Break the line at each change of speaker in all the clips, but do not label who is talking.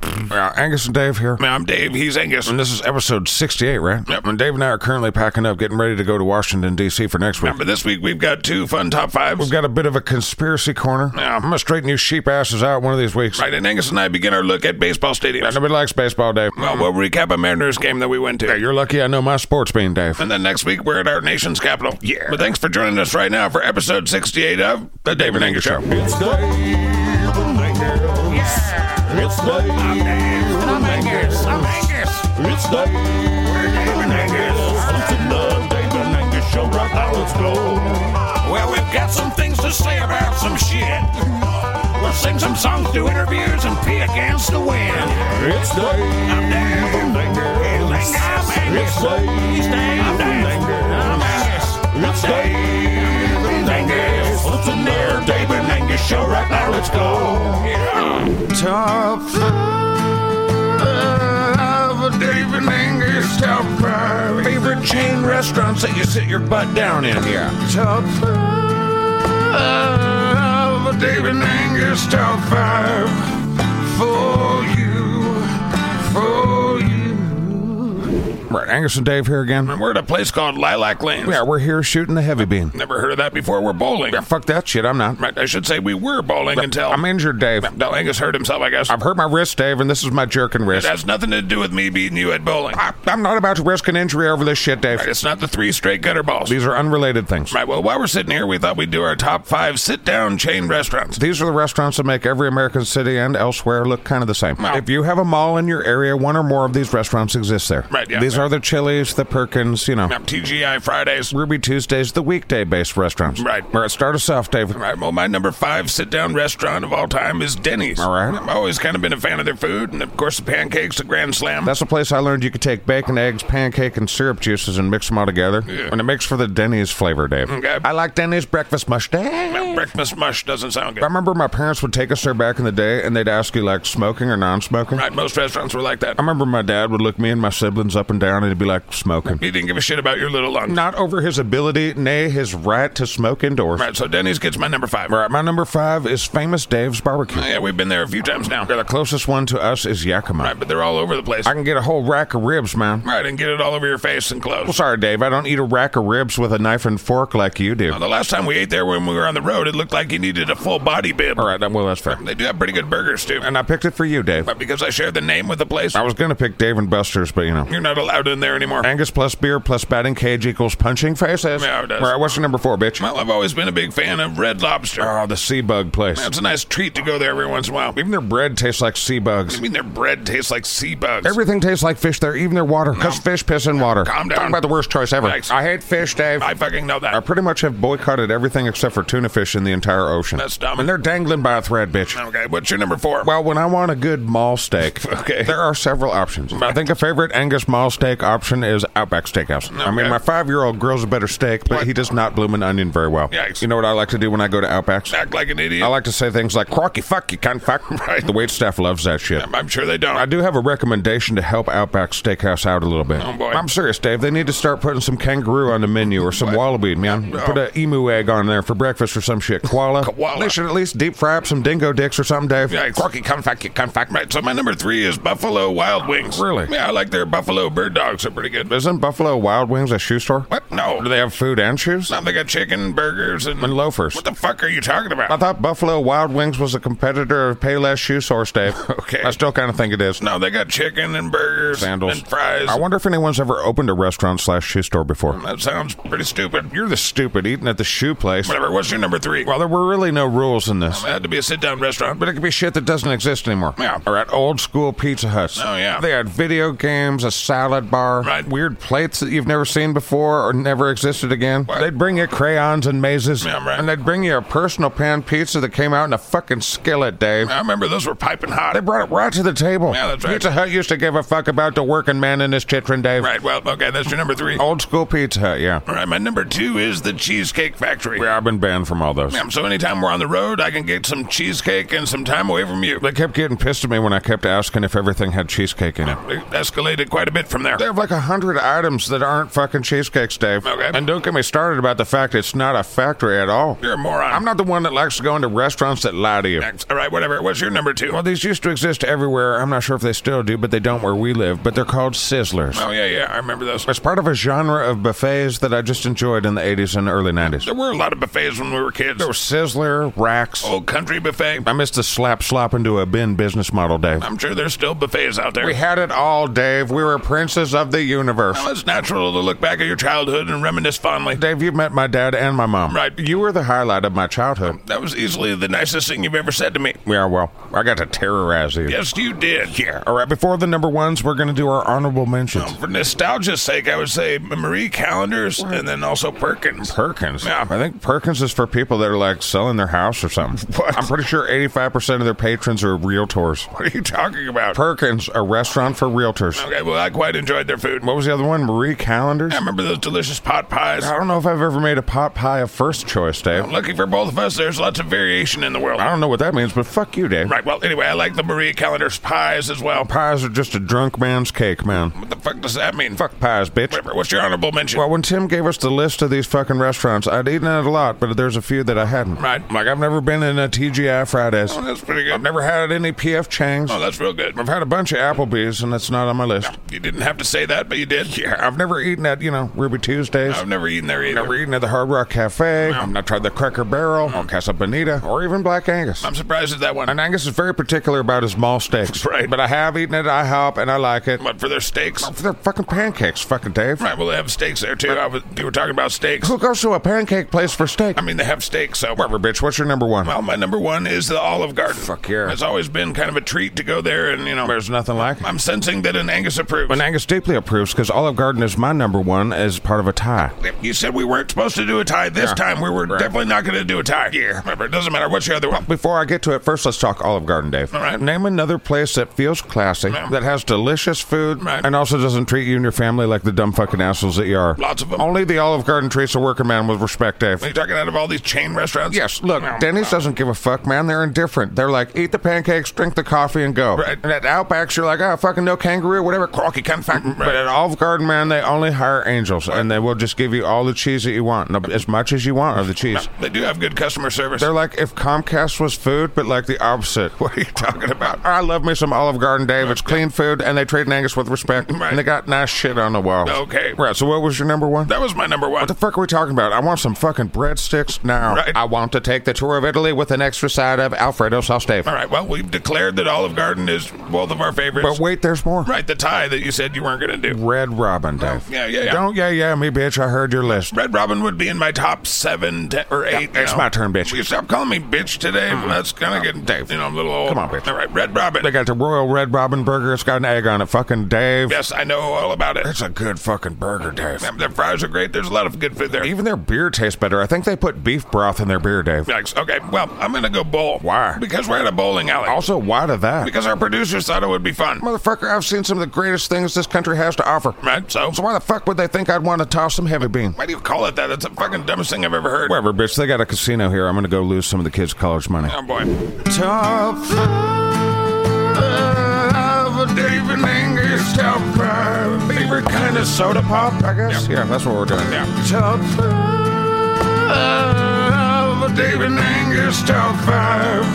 Dave.
Yeah, Angus and Dave here.
I'm Dave. He's Angus.
And this is episode 68, right?
Yep.
And Dave and I are currently packing up, getting ready to go to Washington, D.C. for next week.
Remember, this week we've got two fun top fives.
We've got a bit of a conspiracy corner.
Yeah.
I'm going to straighten you sheep asses out one of these weeks.
Right, and Angus and I begin our look at baseball stadiums.
Nobody likes baseball, Dave.
Well, we'll recap a Mariners game that we went to.
You're lucky I know my sports bean, Dave.
And then next week, we're at our nation's capital. Yeah. But thanks for joining us right now for episode 68 of The David Angus Show.
It's Dave and Angus. Yeah. It's Dave I'm Dave and I'm Angus. I'm Angus. It's Dave. We're Dave and Angus. Listen to Dave and Angus show right now. Let's go.
Well, we've got some things to say about some shit. We'll sing some songs, do interviews, and pee against the wind.
It's Dave
I'm Dave.
and Angus.
I'm
It's
Angus.
Dave.
He's Dave. I'm Dave. I'm Angus.
It's Dave and Angus. Listen to Dave and Angus show right now. Let's go.
Top
Five of Dave and Angus Top Five favorite chain restaurants that you sit your butt down in.
Yeah.
Top Five of Dave and Angus Top Five for you, for you.
Right, Angus and Dave here again.
And we're at a place called Lilac Lanes.
Yeah, we're here shooting the heavy beam.
Never heard of that before. We're bowling.
Fuck that shit, I'm not.
Right, I should say we were bowling until
I'm injured, Dave.
until Angus hurt himself. I guess
I've hurt my wrist, Dave, and this is my jerking
it
wrist.
has nothing to do with me beating you at bowling.
I, I'm not about to risk an injury over this shit, Dave.
Right, It's not the three straight gutter balls.
These are unrelated things.
Right, well, while we're sitting here, we thought we'd do our top five sit down chain restaurants.
These are the restaurants that make every American city and elsewhere look kind of the same.
Wow.
If you have a mall in your area, one or more of these restaurants exist there.
Right, yeah.
These are the Chili's, the Perkins, you know,
Now, TGI Fridays.
Ruby Tuesdays, the weekday based restaurants.
Right.
All right, start us off, Dave.
Right, well, my number five sit down restaurant of all time is Denny's.
All right.
I've always kind of been a fan of their food, and of course, the pancakes, the Grand Slam.
That's the place I learned you could take bacon, eggs, pancake, and syrup juices and mix them all together.
Yeah.
And it makes for the Denny's flavor, Dave.
Okay.
I like Denny's breakfast mush, Dave.
Now, breakfast mush doesn't sound good.
I remember my parents would take us there back in the day, and they'd ask you like smoking or non-smoking.
Right, most restaurants were like that.
I remember my dad would look me and my siblings up and down, and he'd be like, "Smoking."
He didn't give a shit about your little lungs.
Not over his ability, nay, his right to smoke indoors.
Right, so Denny's gets my number five.
All right, my number five is famous Dave's barbecue.
Yeah, we've been there a few times now.
The closest one to us is Yakima.
Right, but they're all over the place.
I can get a whole rack of ribs, man.
Right, and get it all over your face and clothes.
Well, sorry, Dave, I don't eat a rack of ribs with a knife and fork like you do.
Now, the last time we ate there when we were on the road, it looked like you needed a full body bib.
All right, then, well, that's fair.
They do have pretty good burgers, too.
And I picked it for you, Dave.
But because I shared the name with the place,
I was gonna pick Dave and Buster's, but you know,
you're not allowed in there anymore.
Angus plus beer plus batting cage equals punching faces.
Yeah, it does.
All right, what's your number four, bitch?
Well, I've always been a big fan of Red Lobster.
Oh, the sea bug place.
It's a nice treat to go there every once in a while.
Even their bread tastes like sea bugs.
I mean, their bread tastes like sea bugs.
Everything tastes like fish there, even their water. Because fish piss in water.
Calm down.
Talk about the worst choice ever.
Thanks.
I hate fish, Dave.
I fucking know
I
that.
pretty much have boycotted everything except for tuna fish in the entire ocean.
That's dumb.
And they're dangling by a thread, bitch.
Okay, what's your number four?
Well, when I want a good mall steak,
Okay.
there are several options. I think a favorite Angus mall steak option is Outback Steakhouse. I mean,
Okay.
my five-year-old grills a better steak, but he does not bloom an onion very well.
Yikes.
You know what I like to do when I go to Outbacks?
act like an idiot.
I like to say things like "crocky fuck you can't fuck."
Right.
The wait staff loves that shit.
I'm sure they don't.
I do have a recommendation to help Outback Steakhouse out a little bit.
Oh, boy.
I'm serious, Dave. They need to start putting some kangaroo on the menu or some wallaby, man. Put an emu egg on there for breakfast or some shit. Koala.
Oh. Koala.
They should at least deep fry up some dingo dicks or something, Dave.
Yikes.
Crocky, come fuck you, come fuck.
Right, so my number three is Buffalo Wild Wings.
Really?
Yeah, I like their Buffalo Bird Dogs. They're pretty good.
Isn't Buffalo Wild Wings a shoe store?
What? No.
Do they have food and shoes?
Now they got chicken, burgers, and.
And
What
loafers.
the fuck are you talking
I
about?
thought Buffalo Wild Wings was a competitor of Payless Shoe Source, Dave.
Okay.
I still kind of think it is.
No, they got chicken and burgers
Sandals.
and fries.
I wonder if anyone's ever opened a restaurant slash shoe store before.
That sounds pretty stupid.
You're the stupid eating at the shoe place.
Whatever. What's your number three?
Well, there were really no rules in this.
it had to be a sit-down restaurant,
But
but
it could be shit that doesn't exist anymore.
Yeah.
Or at old school Pizza Huts.
Oh, yeah.
They had video games, a salad bar,
Right.
weird plates that you've never seen before or never existed again.
What?
They'd bring you crayons and mazes.
Yeah, right.
And they'd bring you a personal pan pizza that came out in a fucking skillet, Dave.
I remember those were piping hot.
They brought it right to the table.
Yeah, that's right.
Pizza Hut used to give a fuck about the working man in his chitrin, Dave.
Right. Well, okay, that's your number three.
Old school Pizza Hut, yeah.
All right, my number two is the Cheesecake Factory.
Yeah, I've been banned from all those.
Um, So anytime we're on the road, I can get some cheesecake and some time away from you.
They kept getting pissed at me when I kept asking if everything had cheesecake in it.
It escalated quite a bit from there.
They have like a hundred items that aren't fucking cheesecakes, Dave.
Okay.
And don't get me started about the fact it's not a factory at all.
You're a moron.
I'm not the one that likes to go into restaurants that lie to you.
All right, whatever. What's your number two?
Well, these used to exist everywhere. I'm not sure if they still do, but they don't where we live. But they're called sizzlers.
Oh, yeah, yeah. I remember those.
It's part of a genre of buffets that I just enjoyed in the 80s and early 90s.
There were a lot of buffets when we were kids. There was
Sizzler, racks.
Old Country Buffet.
I missed the slap slop into a bin business model, Dave.
I'm sure there's still buffets out there.
We had it all, Dave. We were princes of the universe.
Well, it's natural to look back at your childhood and reminisce fondly.
Dave, you met my dad and my mom.
Right.
You were the highlight of my childhood.
That was easily the nicest thing you've ever said to me.
Yeah, well, I got to terrorize you.
Yes, you did. Yeah.
All right, before the number ones, we're going to do our honorable mentions.
For nostalgia's sake, I would say Marie Callender's and then also Perkins.
Perkins.
Yeah.
I think Perkins is for people that are like selling their house or something.
What?
I'm pretty sure 85% of their patrons are realtors.
What are you talking about?
Perkins, a restaurant for realtors.
okay, well, I quite enjoyed their food.
What was the other one? Marie Callender's?
I remember those delicious pot pies.
I don't know if I've ever made a pot pie a first choice, Dave.
Lucky for both of us, there's lots of variation in the world.
I don't know what that means, but fuck you, Dave.
Right, well, anyway, I like the Maria Callender's pies as well.
Pies are just a drunk man's cake, man.
What the fuck does that mean?
Fuck pies, bitch.
Whatever, What's your honorable mention?
Well, when Tim gave us the list of these fucking restaurants, I'd eaten at a lot, but there's a few that I hadn't.
Right.
Like, I've never been in a TGI Fridays.
oh, that's pretty good.
I've never had any PF Chang's.
Oh, that's real good.
I've had a bunch of Applebee's, and that's not on my list.
You didn't have to say that, but you did. Yeah.
I've never eaten at, you know, Ruby Tuesdays.
I've never eaten there either.
Never eaten at the Hard Rock Cafe. I've not tried the Cracker Barrel
Oh.
or Casa Bonita or even Black Angus.
I'm surprised at that one.
And Angus is very particular about his mall steaks.
Right.
But I have eaten it. I hop and I like it.
But for their steaks.
They're fucking pancakes, fucking Dave.
Right, well, they have steaks there too. I was, you were talking about steaks.
Who goes to a pancake place for steak?
I mean, they have steaks, so.
Whatever, bitch. What's your number one?
Well, my number one is the Olive Garden.
Fuck yeah.
It's always been kind of a treat to go there, and, you know,
There's nothing like it.
I'm sensing that an Angus approves.
And Angus deeply approves because Olive Garden is my number one as part of a tie.
you said we weren't supposed to do a tie this time. We were definitely not going to do a tie. Yeah. Remember, it doesn't matter. What's your other one?
Before I get to it, first let's talk Olive Garden, Dave.
All right.
Name another place that feels classy,
Yeah.
that has delicious food,
Right.
and also doesn't treat you and your family like the dumb fucking assholes that you are.
Lots of them.
Only the Olive Garden treats a working man with respect, Dave.
Are you talking out of all these chain restaurants?
Yes, look,
Mm.
Denny's doesn't give a fuck, man. They're indifferent. They're like, eat the pancakes, drink the coffee, and go.
Right.
And at Outbacks, you're like, oh, fucking no kangaroo, whatever.
Crocky cunt fuck.
But at Olive Garden, man, they only hire angels, and they will just give you all the cheese that you want, no- as much as you want of the cheese.
They do have good customer service.
They're like if Comcast was food, but like the opposite.
What are you talking about?
I love me some Olive Garden, Dave. It's clean food, and they treat an Angus with respect,
Right.
and they got nice shit on the wall.
Okay.
Right, so what was your number one?
That was my number one.
What the fuck are we talking about? I want some fucking breadsticks now.
Right.
I want to take the tour of Italy with an extra side of Alfredo sauce, Dave.
all right, well, we've declared that Olive Garden is both of our favorites.
But wait, there's more.
right, the tie that you said you weren't going to do.
Red Robin, Dave.
Yeah, yeah, yeah.
Don't yeah, yeah me, bitch. I heard your list.
Red Robin would be in my top seven te- or eight.
it's
now.
my turn, bitch.
Will you stop calling me bitch today? That's kind of getting, Dave. you know, I'm a little old.
Come on, bitch.
All right, Red Robin.
They got the Royal Red Robin burger. It's got an egg on it. Fucking Dave.
yes, I know all about it.
It's a good fucking burger, Dave.
Man, Their fries are great. There's a lot of good food there.
Even their beer tastes better. I think they put beef broth in their beer, Dave.
Yikes. Okay, well, I'm going to go bowl.
Why?
Because we're at a bowling alley.
Also, why to that?
Because our producers thought it would be fun.
Motherfucker, I've seen some of the greatest things this country has to offer.
Right? So,
So why the fuck would they think I'd want to toss some heavy bean?
why do you call it that? It's the fucking dumbest thing I've ever heard.
Whatever, bitch. They got a casino here. I'm gonna go lose some of the kids' college money.
Oh, boy.
Top five, David Angus. Top five, favorite kind of soda pop, I guess. Yeah, that's what we're doing.
Yeah.
Top five, David Angus. Top five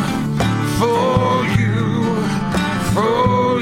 for you, for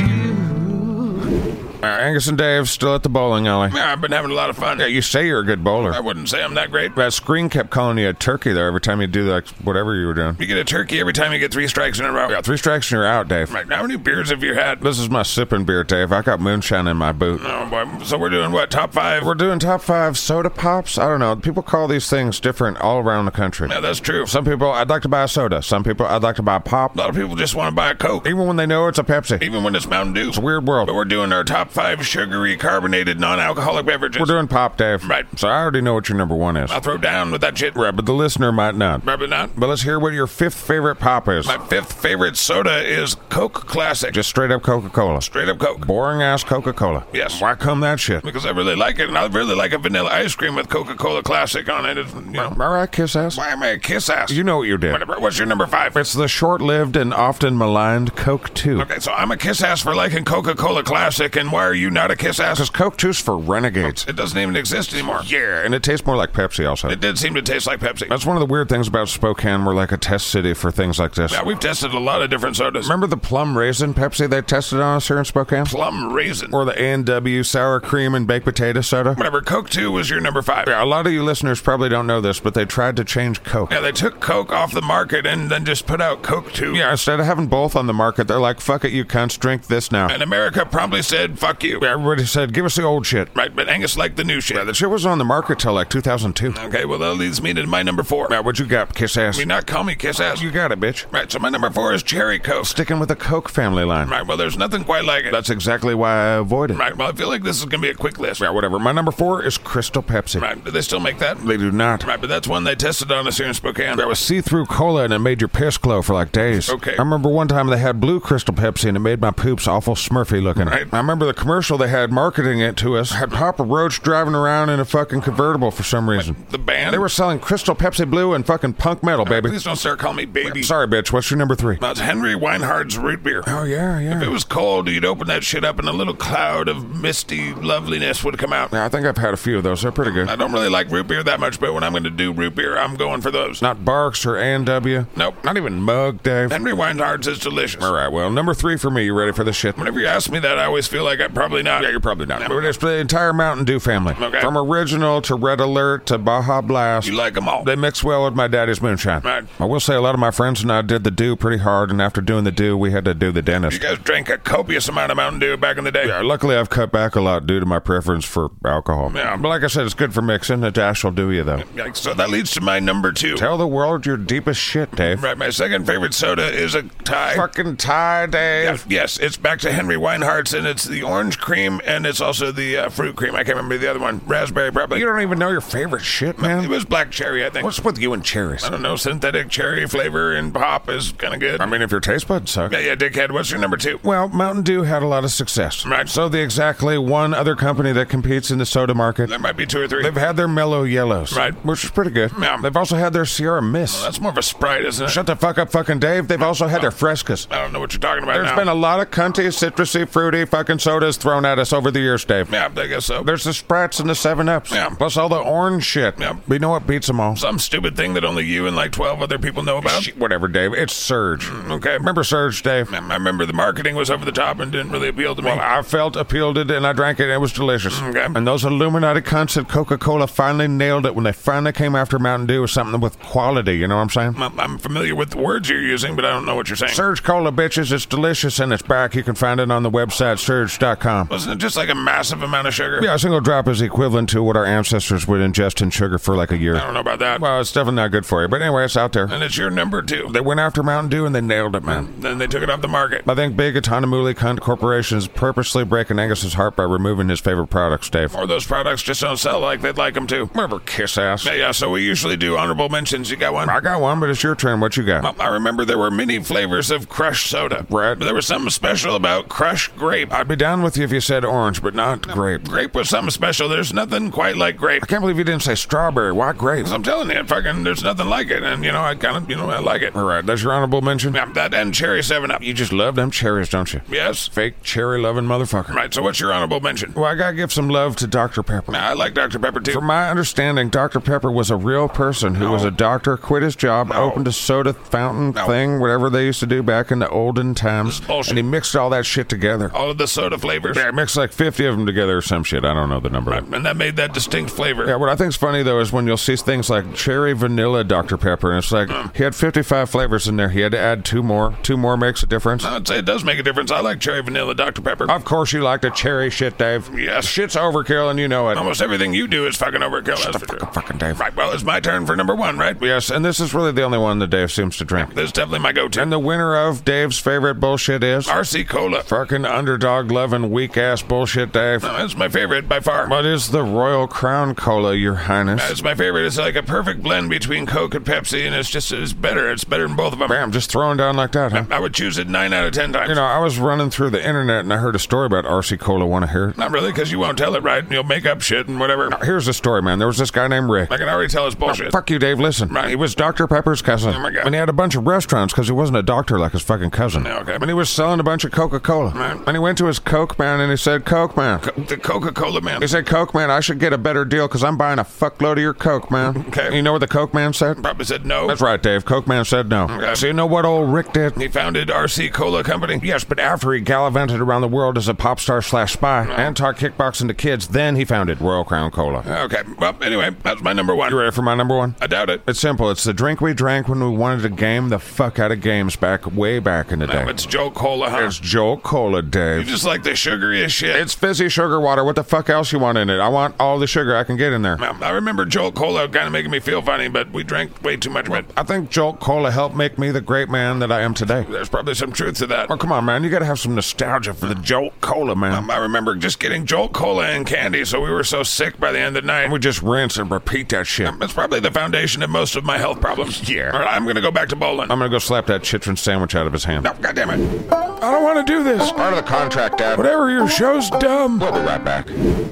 you. Uh, Angus and Dave still at the bowling alley.
Yeah, I've been having a lot of fun.
Yeah, you say you're a good bowler.
I wouldn't say I'm that great.
That screen kept calling you a turkey there every time you do like whatever you were doing.
You get a turkey every time you get three strikes in a row.
Yeah, three strikes and you're out, Dave.
Right, how many beers have you had?
This is my sipping beer, Dave. I got moonshine in my boot.
Oh boy. So we're doing what? Top five?
We're doing top five soda pops. I don't know. People call these things different all around the country.
Yeah, that's true.
Some people, I'd like to buy a soda. Some people, I'd like to buy a pop.
A lot of people just want to buy a Coke,
Even when they know it's a Pepsi.
even when it's Mountain Dew.
It's a weird world.
But we're doing our top five sugary carbonated non-alcoholic beverages.
We're doing pop, Dave.
Right.
So I already know what your number one is.
I'll throw down with that shit.
Right, but the listener might not.
Probably not.
But let's hear what your fifth favorite pop is.
My fifth favorite soda is Coke Classic. Just
Just straight up Coca Cola.
straight up Coke.
Boring ass Coca Cola.
Yes.
Why come that shit?
Because I really like it, and I really like a vanilla ice cream with Coca-Cola Classic on it. It's, you know,
All right, kiss ass.
why am I a kiss ass?
You know what you did.
Whatever. What's your number five?
It's the short lived and often maligned Coke 2.
Okay, so I'm a kiss ass for liking Coca Cola Classic, and why are you
you not a kiss ass? Because Coke Two's for renegades.
It doesn't even exist anymore.
Yeah, and it tastes more like Pepsi also.
It did seem to taste like Pepsi.
That's one of the weird things about Spokane. We're like a test city for things like this.
Yeah, we've tested a lot of different sodas.
Remember the plum raisin Pepsi they tested on us here in Spokane?
Plum raisin.
Or the A&W sour cream and baked potato soda?
Whatever. Coke 2 was your number five.
Yeah, a lot of you listeners probably don't know this, but they tried to change Coke.
Yeah, they took Coke off the market and then just put out Coke 2.
Yeah, instead of having both on the market, they're like, fuck it, you cunts, drink this now.
And America probably said, fuck you.
Yeah, Everybody said, give us the old shit.
Right, but Angus liked the new shit.
Yeah, the shit was on the market till like 2002.
Okay, well, that leads me to my number four.
Yeah, what you got, kiss ass?
We not call me kiss ass.
You got it, bitch.
Right, so my number four is Cherry Coke.
Sticking with the Coke family line.
Right, well, there's nothing quite like it.
That's exactly why I avoid it.
Right, well, I feel like this is going to be a quick list.
Yeah, whatever. My number four is Crystal Pepsi.
Right, do they still make that?
They do not.
Right, but that's one they tested on us here in Spokane.
There was see-through cola and it made your piss glow for like days.
Okay.
I remember one time they had blue Crystal Pepsi and it made my poops awful smurfy looking.
Right.
I remember the commercial they had marketing it to us had Papa Roach driving around in a fucking convertible for some reason.
The band?
They were selling Crystal Pepsi Blue and fucking punk metal, baby.
Please don't start calling me baby.
Sorry, bitch. What's your number three?
That's Henry Weinhard's root beer.
Oh yeah,
If it
yeah.
was cold, you'd open that shit up and a little cloud of misty loveliness would come out.
Yeah, I think I've had a few of those. They're pretty good.
I don't really like root beer that much, but when I'm going to do root beer, I'm going for those.
Not Barks or A&W.
Nope.
Not even Mug, Dave.
Henry Weinhard's is delicious.
All right, well, number three for me. You ready for this shit?
Whenever you ask me that, I always feel like I'm probably not.
Yeah, you're probably not. But it's the entire Mountain Dew family.
Okay.
From original to Red Alert to Baja Blast.
You like them all.
They mix well with my daddy's moonshine.
Right.
I will say a lot of my friends and I did the do pretty hard, and after doing the do, we had to do the
You
dentist.
guys drank a copious amount of Mountain Dew back in the day.
Yeah, luckily, I've cut back a lot due to my preference for alcohol.
Yeah.
But like I said, it's good for mixing. A dash will do you, though.
Yikes. So that leads to my number two.
Tell the world your deepest shit, Dave.
Right, my second favorite soda is a Thai.
Fucking tie, Dave.
Yeah, Yes, it's back to Henry Weinhardt's, and it's the orange cream, and it's also the uh, fruit cream. I can't remember the other one. Raspberry, probably.
You don't even know your favorite shit,
It
man.
was black cherry, I think.
What's with you and cherries?
I don't know. Synthetic cherry flavor and pop is kind of good.
I mean, if your taste buds suck.
yeah, yeah, dickhead. What's your number two?
Well, Mountain Dew had a lot of success.
Right.
So the exactly one other company that competes in the soda market,
There might be two or three.
they've had their Mellow Yellows.
Right.
Which is pretty good.
Yeah.
They've also had their Sierra Mist.
That's more of a Sprite, isn't it?
Shut the fuck up, fucking Dave. They've also had their Frescas.
I don't know what you're talking about
There's
now.
been a lot of cunty, citrusy, fruity fucking sodas thrown at us over the years, Dave.
yeah, I guess so.
There's the Sprats and the 7-Ups.
Yeah.
Plus all the orange shit.
Yeah.
But you know what beats them all?
Some stupid thing that only you and like 12 other people know about.
Shit, Whatever, Dave. It's Surge.
Mm, Okay.
Remember Surge, Dave?
I remember the marketing was over the top and didn't really appeal to me.
I felt appealed it and I drank it and it was delicious.
Okay.
And those Illuminati cunts at Coca Cola finally nailed it when they finally came after Mountain Dew with something with quality, you know what I'm saying?
I'm I'm familiar with the words you're using, but I don't know what you're saying.
Surge Cola, bitches, it's delicious and it's back. You can find it on the website surge.com.
Wasn't it just like a massive amount of sugar?
Yeah, a single drop is equivalent to what our ancestors would ingest in sugar for like a
I
year.
don't know about that.
Well, it's definitely not good for you, but anyway, it's out there.
and it's your number two.
They went after Mountain Dew and they nailed it, man.
Then they took it off the market.
I think big Atonamuli cunt corporations purposely breaking Angus's heart by removing his favorite products, Dave.
Or those products just don't sell like they'd like them to.
Remember, kiss ass.
Yeah, yeah, so we usually do honorable mentions. You got one?
I got one, but it's your turn. What you got?
Um, I remember there were many flavors of crushed soda.
Right.
But there was something special about crushed grape. I,
I'd be down with you if you said orange, but not grape.
grape was something special. There's nothing quite like grape.
I can't believe you didn't say strawberry. Why grape?
I'm telling you, fucking, there's nothing like it. And, you know, I kind of, you know, I like it.
All right, that's your honorable mention.
Yeah, that and Cherry 7 Up.
You just love them cherries, don't you?
Yes.
Fake cherry loving motherfucker.
Right, so what's your honorable mention?
Well, I gotta give some love to Dr. Pepper.
I like Dr. Pepper too.
From my understanding, Dr. Pepper was a real person who was a doctor, quit his job, opened a soda fountain
No.
thing, whatever they used to do back in the olden times,
bullshit.
and he mixed all that shit together.
All of the soda flavors.
Yeah, he mixed like 50 of them together or some shit. I don't know the number.
And that made that distinct flavor.
Yeah, what I think's funny though is when you'll see things like cherry vanilla Dr Pepper, and it's like
Mm.
he had 55 flavors in there. He had to add two more. Two more makes a difference.
I would say it does make a difference. I like cherry vanilla Dr. Pepper.
Of course, you like the cherry shit, Dave.
Yes.
shit's overkill, and you know it.
Almost everything you do is fucking overkill. That's for sure.
Fucking Dave.
Right, well, it's my turn for number one, right?
Yes, and this is really the only one that Dave seems to drink.
This is definitely my go-to.
And the winner of Dave's favorite bullshit is
RC Cola.
fucking underdog loving weak ass bullshit, Dave.
No, That's my favorite by far.
What is the Royal Crown Cola, Your Highness?
That's my favorite. It's like a perfect blend between Coke and Pepsi, and it's just, it's better. It's better than both of them.
Bam, just throwing down like that, huh?
I would choose it nine out of ten times.
You know, I was running through the internet and I heard a story about RC Cola. Want to hear it?
Not really, because you won't tell it right, and you'll make up shit and whatever.
Here's the story, man. There was this guy named Rick.
I can already tell it's bullshit.
Fuck you, Dave. Listen,
Right.
he was Dr. Pepper's cousin.
Oh, my God.
And he had a bunch of restaurants because he wasn't a doctor like his fucking cousin.
Yeah, okay.
And he was selling a bunch of Coca Cola.
Right.
And he went to his Coke man man and he said, Coke man.
Co- the Coca-Cola man.
He said, Coke man, I should get a better deal because I'm buying a fuckload of your Coke, man.
Okay.
You know what the Coke man said?
Probably said no.
That's right, Dave. Coke man said no.
Okay.
So you know what old Rick did?
He founded RC Cola Company.
Yes, but after he gallivanted around the world as a pop star slash spy and taught kickboxing to kids, then he founded Royal Crown Cola.
Okay. Well, anyway, that's my number
You
one.
ready for my number one?
I doubt it.
It's simple. It's the drink we drank when we wanted to game the fuck out of games back way back in the
No,
day.
it's Joe Cola, huh?
It's Joe Cola,
You
Dave.
just like the sugariest shit.
It's fizzy sugar water. What the fuck else you want in it? I want all the sugar I can get in there.
Um, I remember Jolt Cola kind of making me feel funny, but we drank way too much of it.
I think Jolt Cola helped make me the great man that I am today.
There's probably some truth to that.
Oh, come on, man. You gotta have some nostalgia for the Jolt Cola, man.
Um, I remember just getting Jolt Cola and candy, so we were so sick by the end of the night.
We just rinse and repeat that shit. I'm
That's probably the foundation of most of my health problems.
Yeah.
All right, I'm going to go back to bowling.
gonna go slap that chitrin sandwich out of his hand.
no, God damn it.
I don't wanna do this.
Part of the contract, Dad.
Whatever, your show's dumb.
We'll be right back.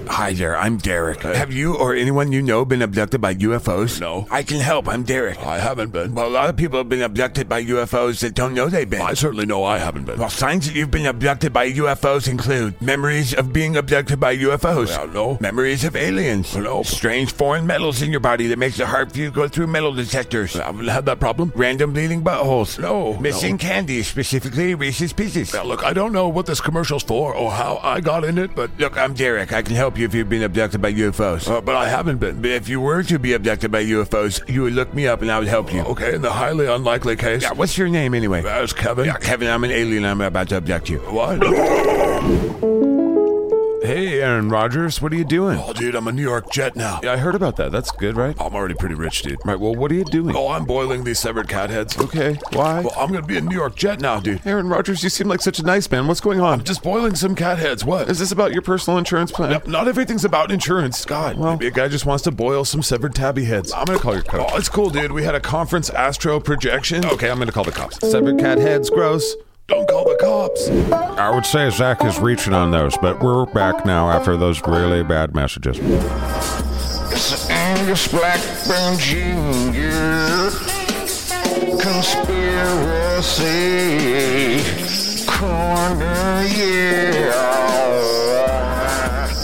Hi there, I'm Derek. Have you or anyone you know been abducted by UFOs?
No.
I can help, I'm Derek.
I haven't been.
Well, a lot of people have been abducted by UFOs that don't know they've been.
I certainly know I haven't been.
Well, signs that you've been abducted by UFOs include memories of being abducted by UFOs.
Well, no.
Memories of aliens.
No.
Strange foreign metals in your body that makes the heart for you go through metal detectors.
I haven't had that problem.
Random bleeding buttholes.
No,
Missing
no.
candy, specifically Reese's Pieces.
Now, look, I don't know what this commercial's for or how I got in it, but
Look, I'm Derek. I can help you if you've been abducted by UFOs.
uh, but I haven't been.
But if you were to be abducted by UFOs, you would look me up and I would help you.
Uh, Okay, in the highly unlikely case,
Yeah, what's your name anyway?
as Kevin.
Yeah, Kevin, I'm an alien. I'm about to abduct you.
What?
Hey, Aaron Rodgers, what are you doing?
Oh, dude, I'm a New York jet now.
Yeah, I heard about that. That's good, right?
I'm already pretty rich, dude.
Right, well, what are you doing?
Oh, I'm boiling these severed cat heads.
Okay, why?
Well, I'm gonna be a New York jet now, dude.
Aaron Rodgers, you seem like such a nice man. What's going on?
Just boiling some cat heads. What?
Is this about your personal insurance plan?
No, not everything's about insurance. God,
Well-
maybe a guy just wants to boil some severed tabby heads.
I'm gonna call your coach.
Oh, it's cool, dude. We had a conference astro projection.
Okay, I'm gonna call the cops. Severed cat heads, gross.
Don't call the cops.
I would say Zach is reaching on those, but we're back now after those really bad messages.
It's Angus Blackburn Jr. Conspiracy Corner, yeah.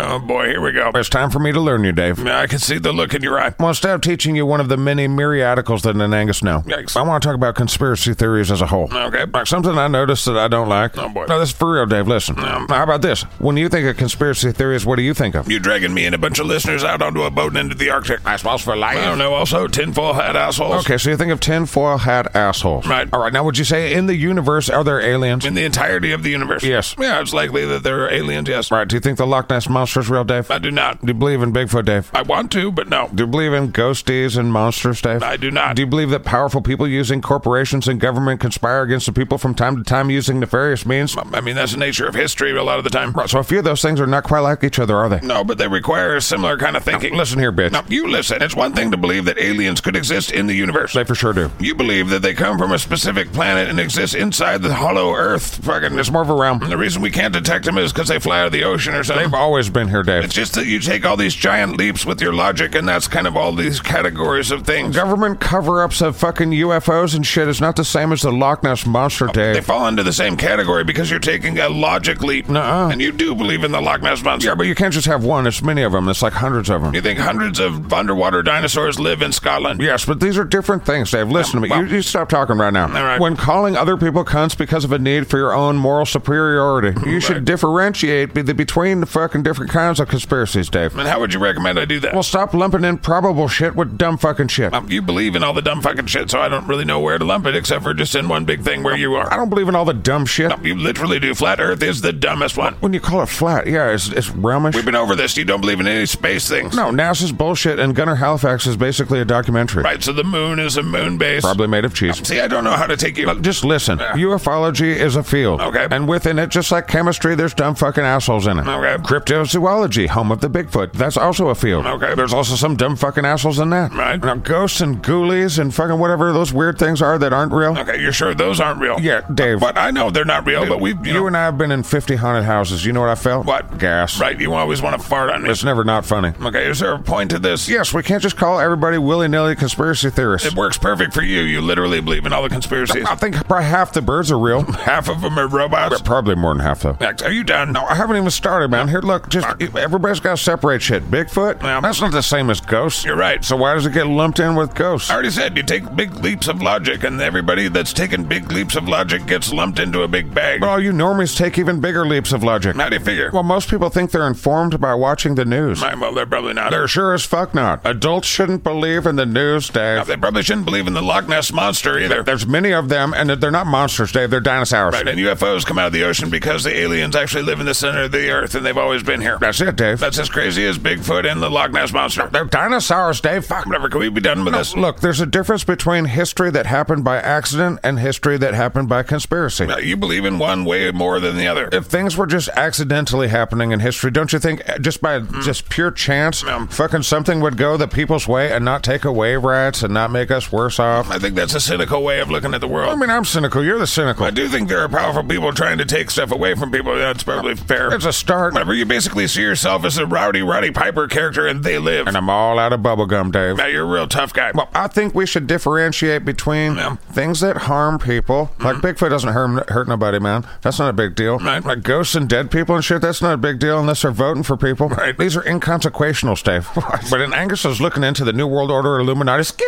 Oh boy, here we go.
It's time for me to learn you, Dave.
I can see the look in your eye.
Well, instead of teaching you one of the many myriadicals that an Angus know,
Yikes.
I want to talk about conspiracy theories as a whole.
Okay.
Like something I noticed that I don't like.
Oh, boy.
No, this is for real, Dave. Listen.
Um,
How about this? When you think of conspiracy theories, what do you think of?
You dragging me and a bunch of listeners out onto a boat and into the Arctic. I suppose for life. I don't know. Also, tinfoil hat assholes.
Okay, so you think of tinfoil hat assholes.
Right.
All right, now would you say in the universe are there aliens?
In the entirety of the universe.
Yes.
Yeah, it's likely that there are aliens. Yes.
All right, do you think the Loch Ness Monster's real, Dave?
I do not.
Do you believe in Bigfoot, Dave?
I want to, but no.
Do you believe in ghosties and monsters, Dave?
I do not.
Do you believe that powerful people using corporations and government conspire against the people from time to time using nefarious means?
I mean, that's the nature of history a lot of the time.
Right, so a few of those things are not quite like each other, are they?
No, but they require a similar kind of thinking.
Listen here, bitch.
Now, you listen. It's one thing to believe that aliens could exist in the universe.
They for sure do.
You believe that they come from a specific planet and exist inside the hollow Earth. Fucking.
It's more of a realm.
The reason we can't detect them is because they fly out of the ocean or something.
They've always been here, Dave.
It's just that you take all these giant leaps with your logic, and that's kind of all these categories of things.
Government cover ups of fucking UFOs and shit is not the same as the Loch Ness Monster,
They
Dave.
fall into the same category because you're taking a logic leap.
Nuh-uh.
And you do believe in the Loch Ness Monster.
Yeah, but you can't just have one. It's many of them. It's like hundreds of them.
You think hundreds of underwater dinosaurs live in Scotland?
Yes, but these are different things, Dave. Listen to me. You, you stop talking right now.
All right.
When calling other people cunts because of a need for your own moral superiority, you should differentiate be- between the fucking different kinds of conspiracies, Dave.
And how would you recommend I do that?
Well, stop lumping in probable shit with dumb fucking shit.
Um, you believe in all the dumb fucking shit, so I don't really know where to lump it except for just in one big thing where you
I
are.
don't believe in all the dumb shit.
You literally do. Flat Earth is the dumbest one.
When you call it flat, yeah, it's, it's realmish.
We've been over this. You don't believe in any space things.
No, NASA's bullshit, and Gunnar Halifax is basically a documentary.
Right, so the moon is a moon base.
Probably made of cheese.
See, I don't know how to take you.
Just listen. Ufology is a field.
Okay.
And within it, just like chemistry, there's dumb fucking assholes in it.
Okay.
Cryptozoology home of the Bigfoot. That's also a field. Okay, there's also some dumb fucking assholes in that.
Right.
Now, ghosts and ghoulies and fucking whatever those weird things are that aren't real.
Okay, you're sure those aren't real?
Yeah, Dave.
But I know they're not real, but we, you,
You,
know,
and I have been in 50 haunted houses. You know what I felt?
What?
Gas.
right, you always want to fart on me.
It's never not funny.
Okay, is there a point to this?
Yes, we can't just call everybody willy nilly conspiracy theorists.
It works perfect for you. You literally believe in all the conspiracies.
I think probably half the birds are real.
Half of them are robots.
Probably more than half, though.
Max, Are you done? No,
I haven't even started, man. Here, look, just everybody's got to separate shit. Bigfoot,
Yeah.
that's not the same as ghosts.
You're right.
So why does it get lumped in with ghosts?
I already said you take big leaps of logic, and everybody that's taken big leaps of logic gets lumped into a big bag.
But all you normies take even bigger leaps of logic.
How do you figure?
Well, most people think they're informed by watching the news.
Right, well, they're probably not.
They're sure as fuck not. Adults shouldn't believe in the news, Dave.
they probably shouldn't believe in the Loch Ness monster either.
There's many of them, and they're not monsters, Dave. They're dinosaurs.
Right, and UFOs come out of the ocean because the aliens actually live in the center of the earth, and they've always been here.
That's it, Dave.
That's as crazy as Bigfoot and the Loch Ness monster.
They're dinosaurs, Dave. Fuck.
Whatever, can we be done with this?
Look, there's a difference between history that happened by accident and history that happened by conspiracy.
Now, You believe in one way more than the other.
if things were just accidentally happening in history, don't you think uh, just by just pure chance, fucking something would go the people's way and not take away rights and not make us worse off?
I think that's a cynical way of looking at the world.
I mean, I'm cynical. You're the cynical.
I do think there are powerful people trying to take stuff away from people. That's probably fair.
It's a start,
Whatever, you basically see yourself as a rowdy Roddy Piper character and they live.
and I'm all out of bubblegum, Dave.
now you're a real tough guy.
Well, I think we should differentiate between
Yeah. Mm-hmm.
things that harm people. Like Bigfoot doesn't harm, hurt nobody, man. That's not a big deal.
Right.
Like ghosts and dead people and shit, that's not a big deal unless they're voting for people.
Right.
These are inconsequential, Dave. but in Angus is looking into the New World Order Illuminati. Skip!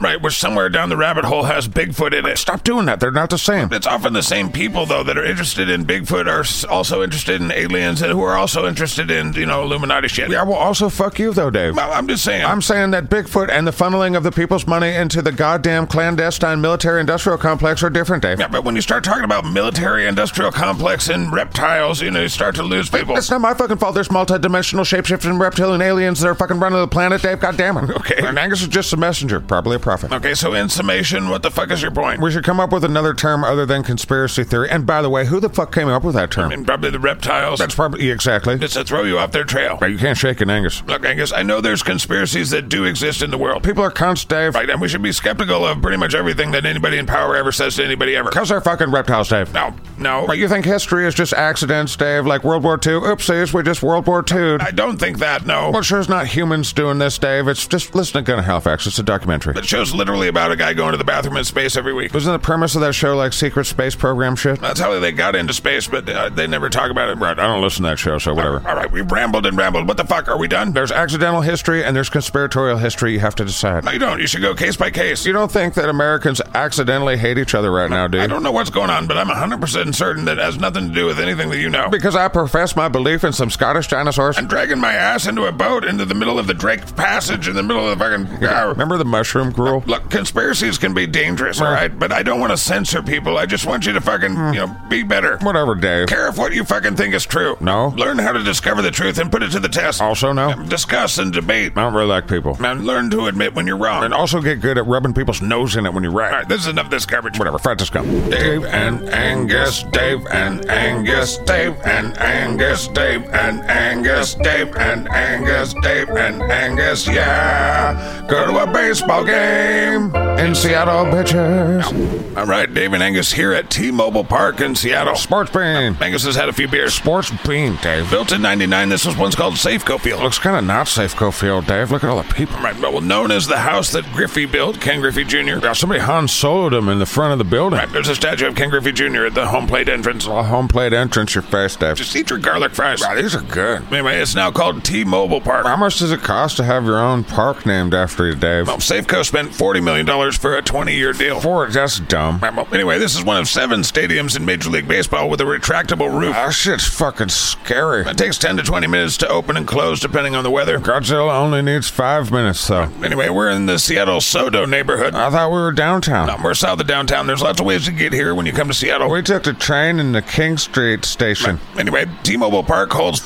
right, which somewhere down the rabbit hole has Bigfoot in it.
Stop doing that. They're not the same.
It's often the same people, though, that are interested in Bigfoot are s- also interested in aliens and who are also interested in, you know, Illuminati shit.
I will also fuck you, though, Dave.
Well, I'm just saying.
I'm saying that Bigfoot and the funneling of the people's money into the goddamn clandestine military industrial complex are different, Dave.
yeah, but when you start talking about military industrial complex and reptiles, you know, you start to lose people.
It's not my fucking fault. There's multi-dimensional shapeshifting reptilian aliens that are fucking running the planet, Dave. God damn it.
Okay.
And Angus is just a messenger, probably a prophet.
Okay, so in summation, what the fuck is your point?
We should come up with another term other than conspiracy theory. And by the way, who the fuck came up with that term?
And probably the reptiles.
That's probably exactly.
just to throw you off their trail.
You can't shake it, Angus.
Look, Angus, I know there's conspiracies that do exist in the world.
People are cunts, Dave.
Right, and we should be skeptical of pretty much everything that anybody in power ever says to anybody ever.
Because they're fucking reptiles, Dave.
No, no.
Right, you think history is just accidents, Dave? Like World War II? Oopsies, we just World War II.
I don't think that, no.
Well, sure, it's not humans doing this, Dave. It's just listen to Gunnar Halifax. It's a documentary.
It show's literally about a guy going to the bathroom in space every week.
Wasn't the premise of that show like secret space program shit?
That's how they got into space, but uh, they never talk about it. Right, I don't
Listen to that show, so whatever.
All right, we rambled and rambled. What the fuck? Are we done?
There's accidental history and there's conspiratorial history you have to decide.
No, you don't. You should go case by case.
You don't think that Americans accidentally hate each other right now, do
I
you?
don't know what's going on, but I'm 100% certain that it has nothing to do with anything that you know.
Because I profess my belief in some Scottish dinosaurs.
I'm dragging my ass into a boat into the middle of the Drake Passage in the middle of the fucking. uh, Arr.
Remember the mushroom gruel?
Look, conspiracies can be dangerous, all right? But I don't want to censor people. I just want you to fucking,
Hmm.
you know, be better.
Whatever, Dave.
Care if what you fucking think is true.
No. Oh.
Learn how to discover the truth and put it to the test.
Also, no.
Discuss and debate.
I don't really like people.
And learn to admit when you're wrong.
And also get good at rubbing people's nose in it when you're right.
all right, this is enough of this garbage.
Whatever, Francisco.
Dave and Angus, Dave and Angus, Dave and Angus, Dave and Angus, Dave and Angus, Dave and Angus, yeah. Go to a baseball game.
In Seattle, bitches.
All right, Dave and Angus here at T Mobile Park in Seattle.
Sports bean.
Angus has had a few beers.
Sports bean, Dave.
Built in 99, this was once called Safeco Field.
Looks kind of not safe, Cofield, Dave. Look at all the people.
All Right, well, known as the house that Griffey built, Ken Griffey Jr.
Yeah, somebody Han Soloed him in the front of the building.
Right, there's a statue of Ken Griffey Jr. at the home plate entrance.
A home plate entrance, your face, Dave.
Just eat your garlic fries.
Wow, these are good.
Anyway, it's now called T Mobile Park.
How much does it cost to have your own park named after you, Dave?
Well, Safeco spent $40 million for a 20 year deal.
For that's dumb.
Well, Anyway, this is one of seven stadiums in Major League Baseball with a retractable roof.
That shit's fucking scary.
It takes 10 to 20 minutes to open and close depending on the weather.
Godzilla only needs five minutes, though.
Anyway, we're in the Seattle Sodo neighborhood.
I thought we were downtown.
Um, We're south of downtown. There's lots of ways to get here when you come to Seattle.
We took the train in the King Street station.
Anyway, T-Mobile Park holds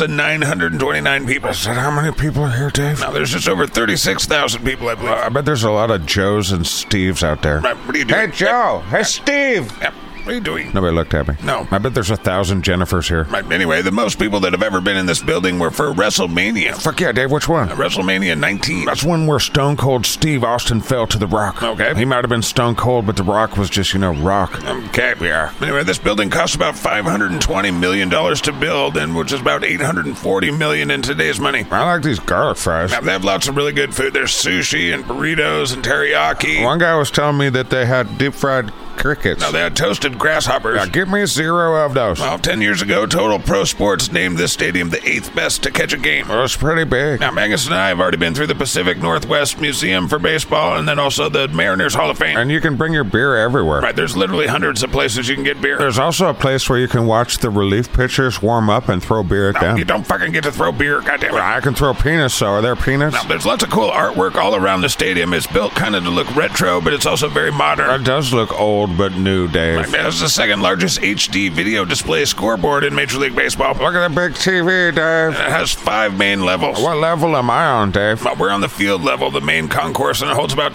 47,929 people.
Is that how many people are here, Dave?
Now, there's just over 36,000 people, I believe.
I bet there's a lot of Joes and Steves out there.
Right, what are you doing?
Hey, Joe. Hey, Steve.
Yep. are you doing?
Nobody looked at me.
No.
I bet there's a thousand Jennifers here.
Right, anyway, the most people that have ever been in this building were for WrestleMania.
Fuck yeah, Dave, which one?
WrestleMania 19.
That's one where Stone Cold Steve Austin fell to the rock.
Okay.
He might have been Stone Cold, but the rock was just, you know, rock.
Okay, we are. Anyway, this building cost about $520 million to build, and which is about $840 million in today's money.
I like these garlic fries.
Now, they have lots of really good food. There's sushi and burritos and teriyaki.
One guy was telling me that they had deep fried crickets.
Now, they had toasted grasshoppers.
Now, give me zero of those.
Well, 10 years ago, Total Pro Sports named this stadium the eighth best to catch a game.
It was pretty big.
Now, Magus and I have already been through the Pacific Northwest Museum for baseball and then also the Mariners Hall of Fame.
And you can bring your beer everywhere.
Right, there's literally hundreds of places you can get beer.
There's also a place where you can watch the relief pitchers warm up and throw beer at
You
them.
don't fucking get to throw beer, goddamn it!
I can throw penis, so are there peanuts?
Now, there's lots of cool artwork all around the stadium. It's built kind of to look retro, but it's also very modern.
That does look old but new, Dave.
Right, man, It's the second largest HD video display scoreboard in Major League Baseball.
Look at the big TV, Dave.
It has five main levels.
What level am I on, Dave?
But We're on the field level, the main concourse, and it holds about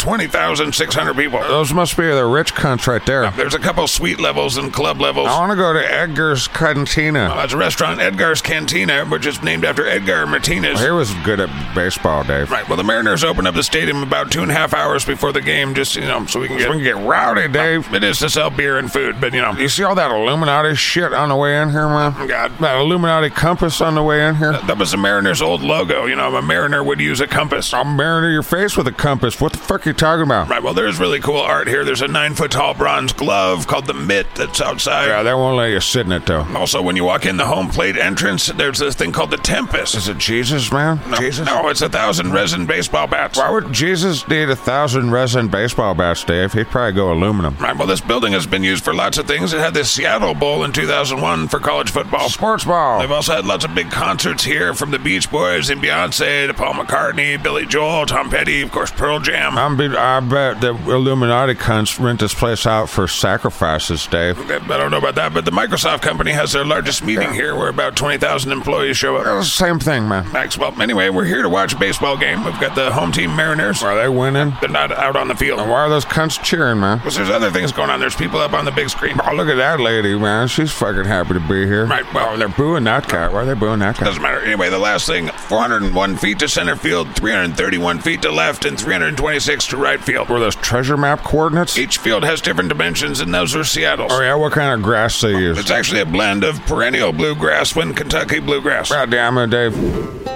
20,600 people.
Those must be the rich cunts right there.
There's a couple suite levels and club levels.
I want to go to Edgar's Cantina.
That's a restaurant, Edgar's Cantina, which is named after Edgar Martinez.
He was good at baseball, Dave.
Right, well, the Mariners opened up the stadium about two and a half hours before the game, just, you know, so we can get.
We can get rowdy, Dave.
It is to sell beer and food, but, you know.
You see all that Illuminati shit on the way in here, man?
God.
That Illuminati compass on the way in here?
That was the Mariners' old logo. You know, a Mariner would use a compass.
I'll mariner your face with a compass. What the fuck are you talking about?
Right, well, there's really cool art here. There's a nine foot tall bronze glove called the Mitt that's outside.
Yeah, they won't let you sit in it, though.
Also, when you walk in the home plate entrance, there's this thing called the Tempest.
Is it Jesus, man?
No,
Jesus?
no, it's a thousand resin baseball bats.
Why would Jesus need a thousand resin baseball bats, Dave? He'd probably go aluminum.
Right, well, this building has been used for lots of things. It had this Seattle Bowl in 2001 for college football.
Sports ball.
They've also had lots of big concerts here from the Beach Boys and Beyonce to Paul McCartney, Billy Joel, Tom Petty, of course, Pearl Jam.
I'm be- I bet the Illuminati cunts rent this place out for sacrifices, Dave.
I don't know about that, but the Microsoft company has their largest meeting here where about 20,000 employees show up.
Same thing, man.
Max, well, anyway, we're here to watch a baseball game. We've got the home team Mariners.
Are they winning?
They're not out on the field.
Why are those cunts cheering, man?
Because there's other things going on. There's people up on the big screen.
Oh, look at that lady, man. She's fucking happy to be here.
Right, well,
They're booing that guy. Why are they booing that guy?
Doesn't matter. Anyway, the last thing 401 feet to center field, 331 feet to left, and 326 to right field.
Were those treasure map coordinates?
Each field has different dimensions, and those are Seattle's.
Oh, yeah, what kind of grass they use?
It's actually a blend of perennial bluegrass and Kentucky bluegrass.
God damn it, Dave.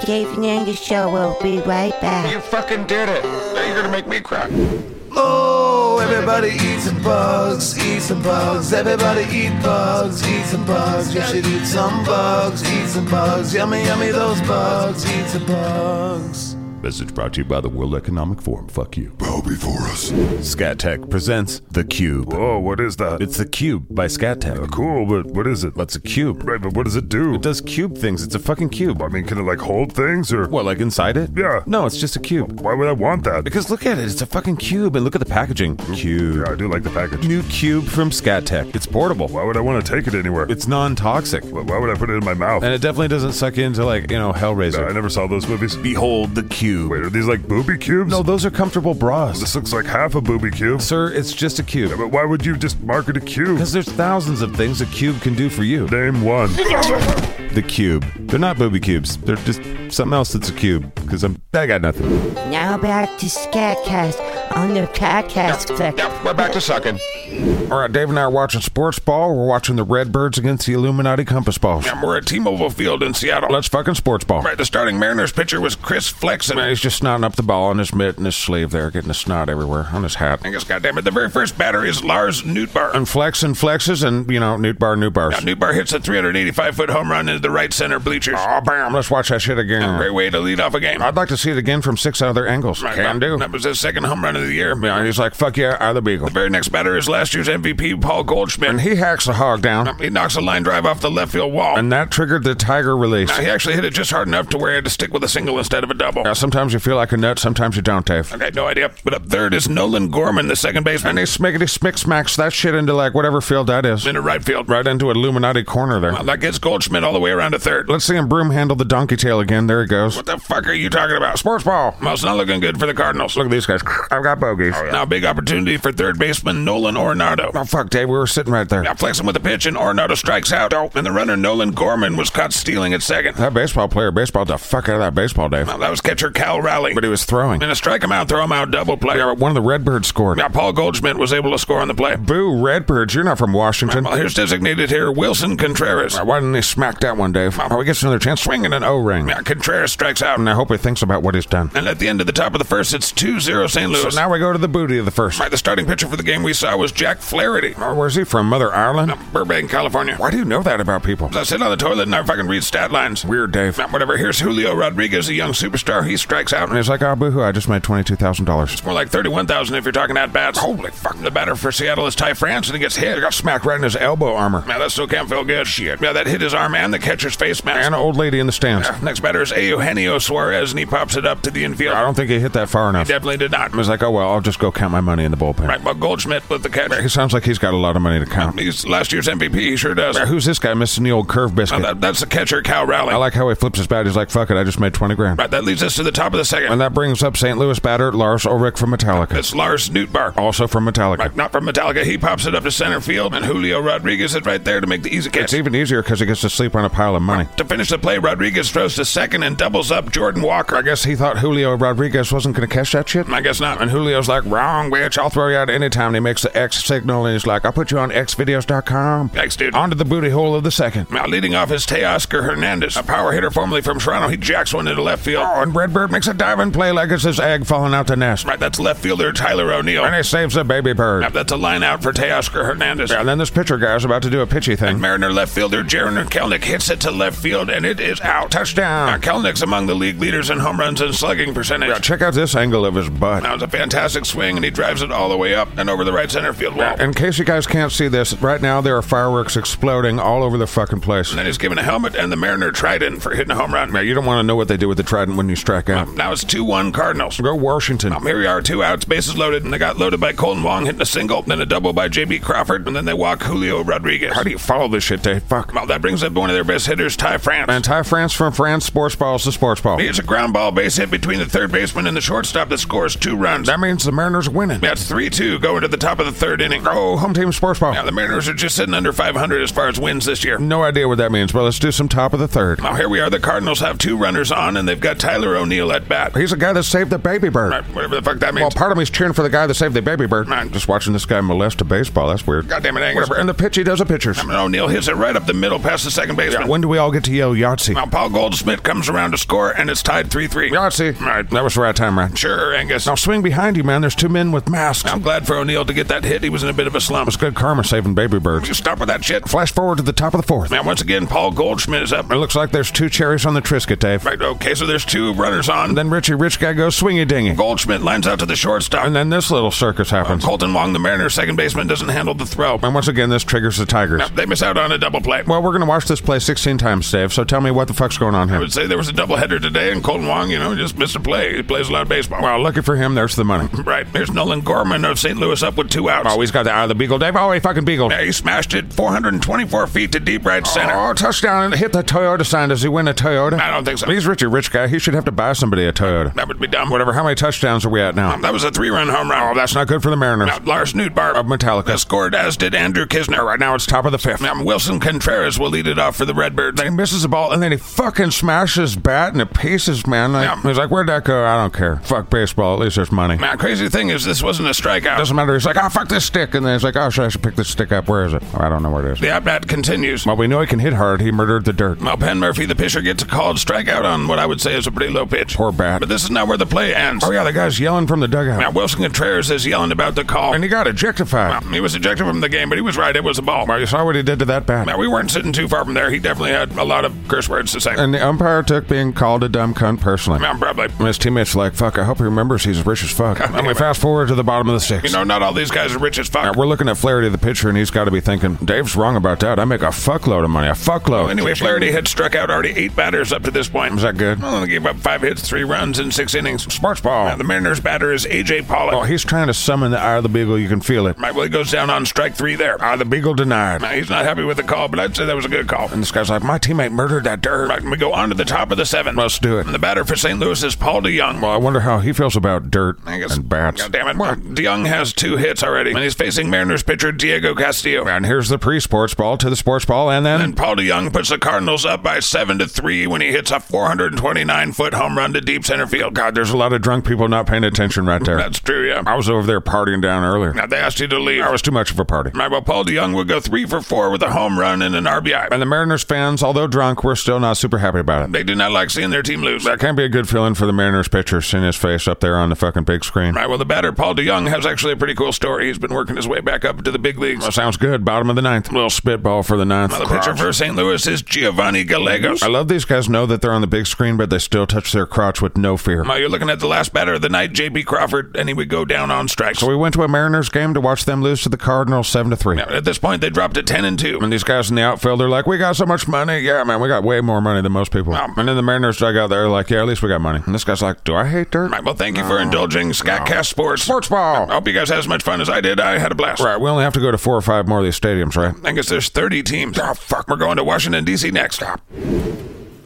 Dave and Angus Show will be right back.
You fucking did it. Now you're gonna make me cry.
Oh, everybody eat some bugs, eat some bugs. Everybody eat bugs, eat some bugs. You should eat some bugs, eat some bugs. Yummy, yummy, those bugs, eat some bugs.
Message brought to you by the World Economic Forum. Fuck you.
Bow before us.
Scat Tech presents The Cube.
Oh, what is that? Uh,
It's The Cube by Scat Tech.
cool, but what is it?
What's a cube?
Right, but what does it do?
It does cube things. It's a fucking cube.
I mean, can it like hold things or
What, like inside it?
Yeah.
No, it's just a cube.
why would I want that?
Because look at it. It's a fucking cube. And look at the packaging. Cube.
yeah, I do like the package.
New cube from Scat Tech. It's portable.
Why would I want to take it anywhere?
It's non toxic.
Why- why would I put it in my mouth?
And it definitely doesn't suck into, like, you know,
Yeah, I
Hellraiser.
never saw those movies.
Behold the cube.
Wait, are these like booby cubes?
No, those are comfortable bras.
This looks like half a booby cube.
Sir, it's just a cube.
But why would you just market a cube?
Because there's thousands of things a cube can do for you.
Name one.
The cube. They're not booby cubes. They're just something else that's a cube. Because I'm I got nothing.
Now back to Scatcast on the podcast click.
Yep, we're back to sucking.
All right, Dave and I are watching sports ball. We're watching the Redbirds against the Illuminati compass balls.
And we're at T-Mobile Field in Seattle.
Let's fucking sports ball.
Right, the starting Mariners pitcher was Chris Flexen.
Man, he's just snotting up the ball in his mitt and his sleeve there, getting the snot everywhere on his hat.
I guess, goddamn it, the very first batter is Lars Newtbar.
And flex and flexes and, you know, newt bar, newt bars.
Now, Newtbar hits a 385 foot home run into the right center bleachers.
Oh, bam, let's watch that shit
Great
again.
way to lead off a game.
I'd like to see it again from six other angles.
Right,
Can
that-
do.
That was his second home run of the year.
Yeah, he's like, fuck yeah, I'm the Beagle.
The very next batter is last year's MVP, Paul Goldschmidt.
And he hacks the hog down,
He knocks a line drive off the left field wall.
and that triggered the Tiger release.
Now, he actually hit it just hard enough to where he had to stick with a single instead of a double.
Now, sometimes you feel like a nut, sometimes you don't, Dave.
I had no idea. But up third is Nolan Gorman, the second baseman.
And he smiggity smick smacks that shit into like whatever field that is.
into right field.
Right into Illuminati corner there.
Well, that gets Goldschmidt all the way around to third.
Let's see him broom handle the donkey tail again. There he goes.
What the fuck are you talking about?
Sports ball.
Well, it's not looking good for the Cardinals. Oh,
Look at these guys. I've got got bogeys.
Now, big opportunity for third baseman Nolan Ornato.
Oh, fuck, Dave. We were sitting right there.
Now, flexing with a pitch, and Ornato strikes out. Oh, and the runner Nolan Gorman was caught stealing at second.
That baseball player baseballed the fuck out of that baseball, Dave.
Now, that was catcher Cal Raleigh.
But he was throwing.
In a strike him out, throw him out double play.
Yeah, but one of the Redbirds scored.
Now, Paul Goldschmidt was able to score on the play.
Boo, Redbirds. You're not from Washington.
Well, here's designated here Wilson Contreras.
Why didn't he smack that one, Dave? Oh, he gets another chance swinging an O-ring.
Now, Contreras strikes out.
And I hope he thinks about what he's done.
And at the end of the top of the first, it's 2 0 St. Louis.
So now we go to the booty of the first.
Right, the starting pitcher for the game we saw was Jack Flaherty.
Oh, Where's he from? Mother Ireland?
Burbank, California.
Why do you know that about people?
I sit on the toilet and I fucking read stat lines.
Weird, Dave.
Now, whatever. Here's Julio Rodriguez, a young superstar. He strikes out.
And he's like, oh, boo-hoo, I just made $22,000.
More like 31,000 if you're talking at bats. Holy fuck. The batter for Seattle is Ty France, and he gets hit.
I got smacked right in his elbow armor.
Man, that still can't feel good. Shit. Yeah, that hit his arm and the catcher's face mask.
And an old lady in the stands.
Next batter is Eugenio Suarez, and he pops it up to the infield.
I don't think he hit that far enough.
Definitely did not.
I was like, oh, well, I'll just go count my money in the bullpen.
Right, but Goldschmidt with the catcher.
He sounds like he's got a lot of money to count.
He's last year's MVP. He sure does.
Now, Who's this guy missing the old curve
Now,
biscuit?
that- that's the catcher, Cal Raleigh.
I like how he flips his bat. He's like, fuck it, I just made 20 grand.
Right, that leads us to the top of the second.
And that brings up St. Louis batter Lars Ulrich from Metallica.
It's Lars Newtbar.
Also from Metallica.
Right, not from Metallica. He pops it up to center field, and Julio Rodriguez is right there to make the easy catch.
It's e- even easier because he gets to sleep on a pile of money.
to finish the play, Rodriguez throws to second and doubles up Jordan Walker.
I guess he thought Julio Rodriguez wasn't going to catch that shit.
I guess not.
And Julio's like, wrong, bitch. I'll throw you out anytime. And he makes the X signal and he's like, I'll put you on xvideos.com.
Thanks, dude.
Onto the booty hole of the second.
Now leading off is Teoscar Hernandez, a power hitter formerly from Toronto. He jacks one into left field.
Oh, and Redbird makes a dive and play like it's his egg falling out the nest.
Right, that's left fielder Tyler O'Neill.
And he saves the baby
Now
bird.
that's a line out for Teoscar Hernandez.
And then this pitcher guy's about to do a pitchy thing.
Mariner left fielder Jaron Kelnick hits it to left field, and it is out. Now
Touchdown.
Kelnick's among the league leaders in home runs and slugging percentage.
Now, check out this angle of his butt.
Now it's a fantastic swing, and he drives it all the way up and over the right center field wall.
In case you guys can't see this, right now there are fireworks exploding all over the fucking place.
Then he's given a helmet and the Mariner Trident for hitting a home run.
Now, you don't want to know what they do with the trident when you strike out.
Now it's 2 1 Cardinals.
Go Washington.
Here we are, two outs, bases loaded, and they got loaded by Colton Wong hitting a single, then a double by J.B. Crawford, and then they walk Julio Rodriguez.
How do you follow this shit, Dave? Fuck.
Well, that brings up one of their best hitters, Ty France.
And Ty France from France Sports Balls to Sports Ball.
He hits a ground ball base hit between the third baseman and the shortstop that scores two runs.
That means the Mariners winning.
That's 3 2 going to the top of the third inning.
Oh, home team sports ball.
Now, the Mariners are just sitting under 500 as far as wins this year.
No idea what that means, but let's do some top of the third.
Now, here we are. The Cardinals have two runners on, and they've got Tyler O'Neill at bat.
He's the guy that saved the baby bird.
Right, Whatever the fuck that
Well,
means.
part of me's cheering for the guy that saved the baby bird.
Right.
Just watching this guy molest a baseball. That's weird.
Goddamn it, Angus.
Whatever. And the pitch he does a pitchers.
And O'Neill hits it right up the middle past the second baseman.
When do we all get to yell Yahtzee?
Now, Paul Goldsmith comes around to score, and it's tied 3 3.
Yahtzee. Right. That was the right time, right?
Sure, Angus.
Now swing behind you, man. There's two men with masks.
I'm glad for O'Neill to get that hit. He was in a bit of a slump.
It's good karma saving baby birds.
Just stop with that shit.
Flash forward to the top of the fourth.
Now, once again, Paul Goldschmidt is up.
It looks like there's two cherries on the Trisket, Dave.
Right, okay, so there's two runners on.
Then Richie Rich guy goes swingy dingy.
Goldschmidt lines out to the shortstop.
And then this little circus happens.
Colton Wong, the Mariner second baseman, doesn't handle the throw.
And once again, this triggers the Tigers.
They miss out on a double play.
Well, we're going to watch this play 16 times, Dave, so tell me what the fuck's going on
I
here.
would say there was a doubleheader today, and Colton Wong, you know, just missed a play. He plays a lot of baseball.
Well, lucky for him, there's the money.
Right, here's Nolan Gorman of St. Louis up with two outs.
Oh, he's got the eye of the beagle, Dave. Oh, he fucking beagled.
Yeah, he smashed it 424 feet to deep right center.
Oh, touchdown and hit the Toyota sign. Does he win a Toyota?
I don't think so.
He's Richie Rich guy. He should have to buy somebody a Toyota.
That would be dumb.
Whatever. How many touchdowns are we at now?
That was a three-run home run. Oh,
That's not good for the Mariners.
Now, Lars Newtbar
Of Metallica.
scored, as did Andrew Kisner. Right now,
Now it's top of the fifth.
um, Wilson Contreras will lead it off for the Redbirds.
He misses the ball and then he fucking smashes his bat into pieces, man. Like,
Yeah.
He's like, where'd that go? uh, I don't care. Fuck baseball. At least there's money.
Now, crazy thing is, this wasn't a strikeout.
Doesn't matter. He's like, oh, fuck this stick. And then he's like, oh, shit, I should pick this stick up. Where is it? Oh, I don't know where it is.
The at bat continues.
Well, we know he can hit hard. He murdered the dirt.
Now, Penn Murphy, the pitcher, gets a called strikeout on what I would say is a pretty low pitch.
Poor bat.
But this is not where the play ends.
Oh, yeah, the guy's yelling from the dugout.
Now, Wilson Contreras is yelling about the call.
And he got ejectified.
Um, he was ejected from the game, but he was right. It was a ball.
Well, you saw what he did to that bat.
Now, we weren't sitting too far from there. He definitely had a lot of curse words to say.
And the umpire took being called a dumb cunt personally.
Now, probably.
And his teammates like, fuck, I hope he remembers he's rich as fuck. And we
anyway.
fast forward to the bottom of the sixth.
You know, not all these guys are rich as fuck.
Now, we're looking at Flaherty, the pitcher, and he's got to be thinking, Dave's wrong about that. I make a fuckload of money. A fuckload.
Anyway, Flaherty had struck out already eight batters up to this point.
Is that good?
Well, they gave up five hits, three runs, in six innings.
Sports ball.
Now, the Mariners batter is A.J. Pollock.
Oh, he's trying to summon the eye of the beagle. You can feel it.
Right, well, he goes down on strike three there. Ah,
Eye of the beagle denied.
Now, he's not happy with the call, but I'd say that was a good call.
And this guy's like, my teammate murdered that dirt.
Right, and we go on to the top of the seventh.
Let's do it.
And the batter for St. Louis is Paul DeYoung.
Well, I wonder how he feels about dirt.
I Angus.
And bats.
God damn it. DeYoung has two hits already, and he's facing Mariners pitcher Diego Castillo.
And here's the pre-sports ball to the sports ball, and then
And Paul DeYoung puts the Cardinals up by seven to three when he hits a 429 foot home run to deep center field. God,
there's a lot of drunk people not paying attention right there.
that's true, yeah.
I was over there partying down earlier.
Now they asked you to leave.
That was too much of a party.
Right, well, Paul DeYoung would go three for four with a home run and an RBI.
And the Mariners fans, although drunk, were still not super happy about it.
They do not like seeing their team lose.
That can't be a good feeling for the Mariners pitcher seeing his face up there on the fucking big screen.
Right, well, the batter, Paul DeYoung, has actually a pretty cool story. He's been working his way back up to the big leagues.
Well, sounds good. Bottom of the ninth. Little spitball for the ninth.
Now, the pitcher for St. Louis is Giovanni Gallegos.
I love these guys know that they're on the big screen, but they still touch their crotch with no fear.
Now, you're looking at the last batter of the night, J.B. Crawford, and he would go down on strikes.
So we went to a Mariners game to watch them lose to the Cardinals seven to three.
Now, at this point, they dropped to 10 and 2.
And these guys in the outfield are like, "We got so much money, yeah, man. We got way more money than most people." And then the Mariners dugout, they're like, "Yeah, at least we got money." And this guy's like, "Do I hate dirt?"
Right, well, thank you for indulging Scatcast Sports.
Sports ball.
I hope you guys had as much fun as I did. I had a blast.
Right, we only have to go to four or five more of these stadiums, right?
I guess there's 30 teams. Oh, fuck. We're going to Washington, D.C. next.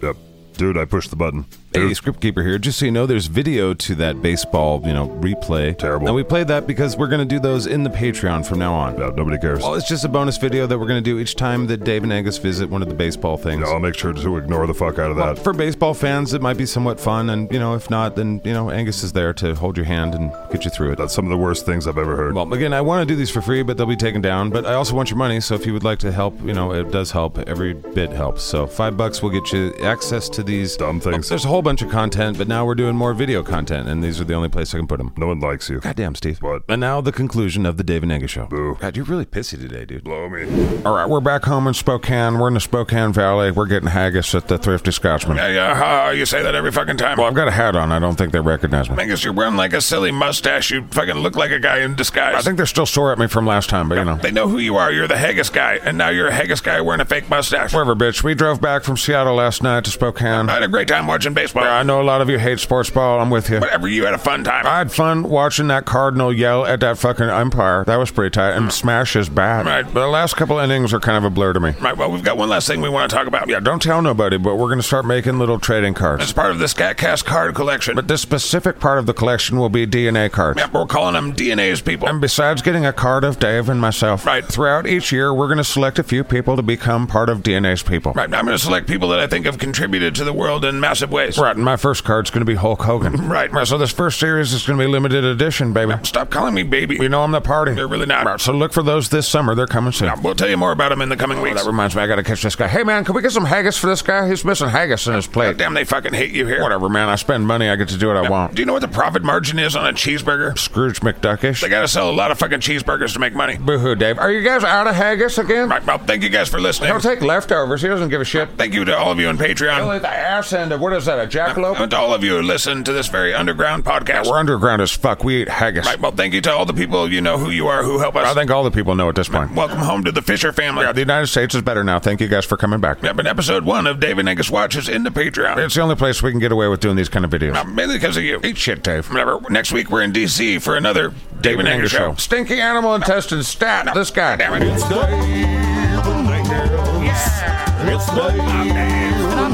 Yep. Dude, I pushed the button.
Hey,
Dude,
script keeper here. Just so you know, there's video to that baseball, you know, replay.
Terrible.
And we played that because we're gonna do those in the Patreon from now on.
yeah, nobody cares.
Well, it's just a bonus video that we're gonna do each time that Dave and Angus visit one of the baseball things.
Yeah, I'll make sure to ignore the fuck out of
Well,
that.
for baseball fans, it might be somewhat fun, and you know, if not, then you know, Angus is there to hold your hand and get you through it.
That's some of the worst things I've ever heard.
Well, again, I want to do these for free, but they'll be taken down. But I also want your money, so if you would like to help, you know, it does help. Every bit helps. So five bucks will get you access to these Oh,
Dumb things.
There's a whole bunch of content, but now we're doing more video content, and these are the only place I can put them.
No one likes you.
Goddamn, Steve.
What?
And now the conclusion of the Dave and Angus show.
Boo.
God, you're really pissy today, dude.
Blow me.
All right, we're back home in Spokane. We're in the Spokane Valley. We're getting haggis at the Thrifty Scotsman.
Yeah, yeah, ha, you say that every fucking time.
Well, I've got a hat on. I don't think they recognize me.
Angus, you're wearing like a silly mustache. You fucking look like a guy in disguise.
I think they're still sore at me from last time, but you know.
they know who you are. You're the Haggis guy, and now you're a Haggis guy wearing a fake mustache. Uh,
Whatever, bitch. We drove back from Seattle last night to Spokane.
I had a great time watching baseball.
I know a lot of you hate sports ball. I'm with you.
Whatever, you had a fun time.
I had fun watching that Cardinal yell at that fucking umpire. That was pretty tight. And smash his bat.
Mm. Right.
The last couple innings are kind of a blur to me.
Right, well, we've got one last thing we want to talk about. Yeah,
Don't tell nobody, but we're going to start making little trading
It's
cards.
part of the Scatcast card collection.
But this specific part of the collection will be DNA cards.
yeah, we're calling them DNA's people.
And besides getting a card of Dave and myself,
Right.
throughout each year, we're going to select a few people to become part of DNA's people.
Right, I'm going to select people that I think have contributed to the world in massive ways.
Right, and my first card's going to be Hulk Hogan.
Mm-hmm. Right.
Right, so this first series is going to be limited edition, baby.
Stop calling me baby.
You know I'm the party.
You're really not.
Right, so look for those this summer. They're coming soon.
Now, we'll tell you more about them in the coming weeks.
That reminds me, I got to catch this guy. Hey, man, can we get some haggis for this guy? He's missing haggis in his plate.
Damn, they fucking hate you here.
Whatever, man. I spend money. I get to do what I want.
Do you know what the profit margin is on a cheeseburger?
Scrooge McDuckish.
They got to sell a lot of fucking cheeseburgers to make money.
Boo hoo, Dave. Are you guys out of haggis again?
Right, well, thank you guys for listening.
He'll take leftovers. He doesn't give a shit.
Thank you to all of you on
He'll
Patreon.
eat the ass end of, what is that, a jackalope?
And to all of you who listen to this very underground podcast.
We're underground as fuck. We eat haggis.
Right, well, thank you to all the people you know who you are who help
I
us.
think all the people know at this point.
Welcome home to the Fisher family.
Yeah, the United States is better now. Thank you guys for coming back.
Yep, and episode one of David Angus Watch is in the Patreon.
It's the only place we can get away with doing these kind of videos.
Uh, mainly because of you.
Eat shit, Dave.
Whatever. Next week we're in D.C. for another David, Angus show.
Stinky animal intestine stat. This guy.
Damn it.
It's Dave and Angus. It's Dave and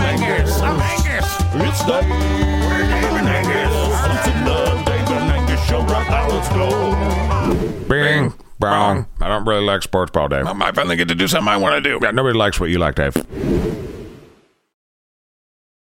Angus. It's Dave and Angus. It's another Dave and Angus show right now. Let's go.
Bing. Bong. I don't really like sports ball, Dave.
Um, I finally get to do something I want to do.
Yeah, nobody likes what you like, Dave.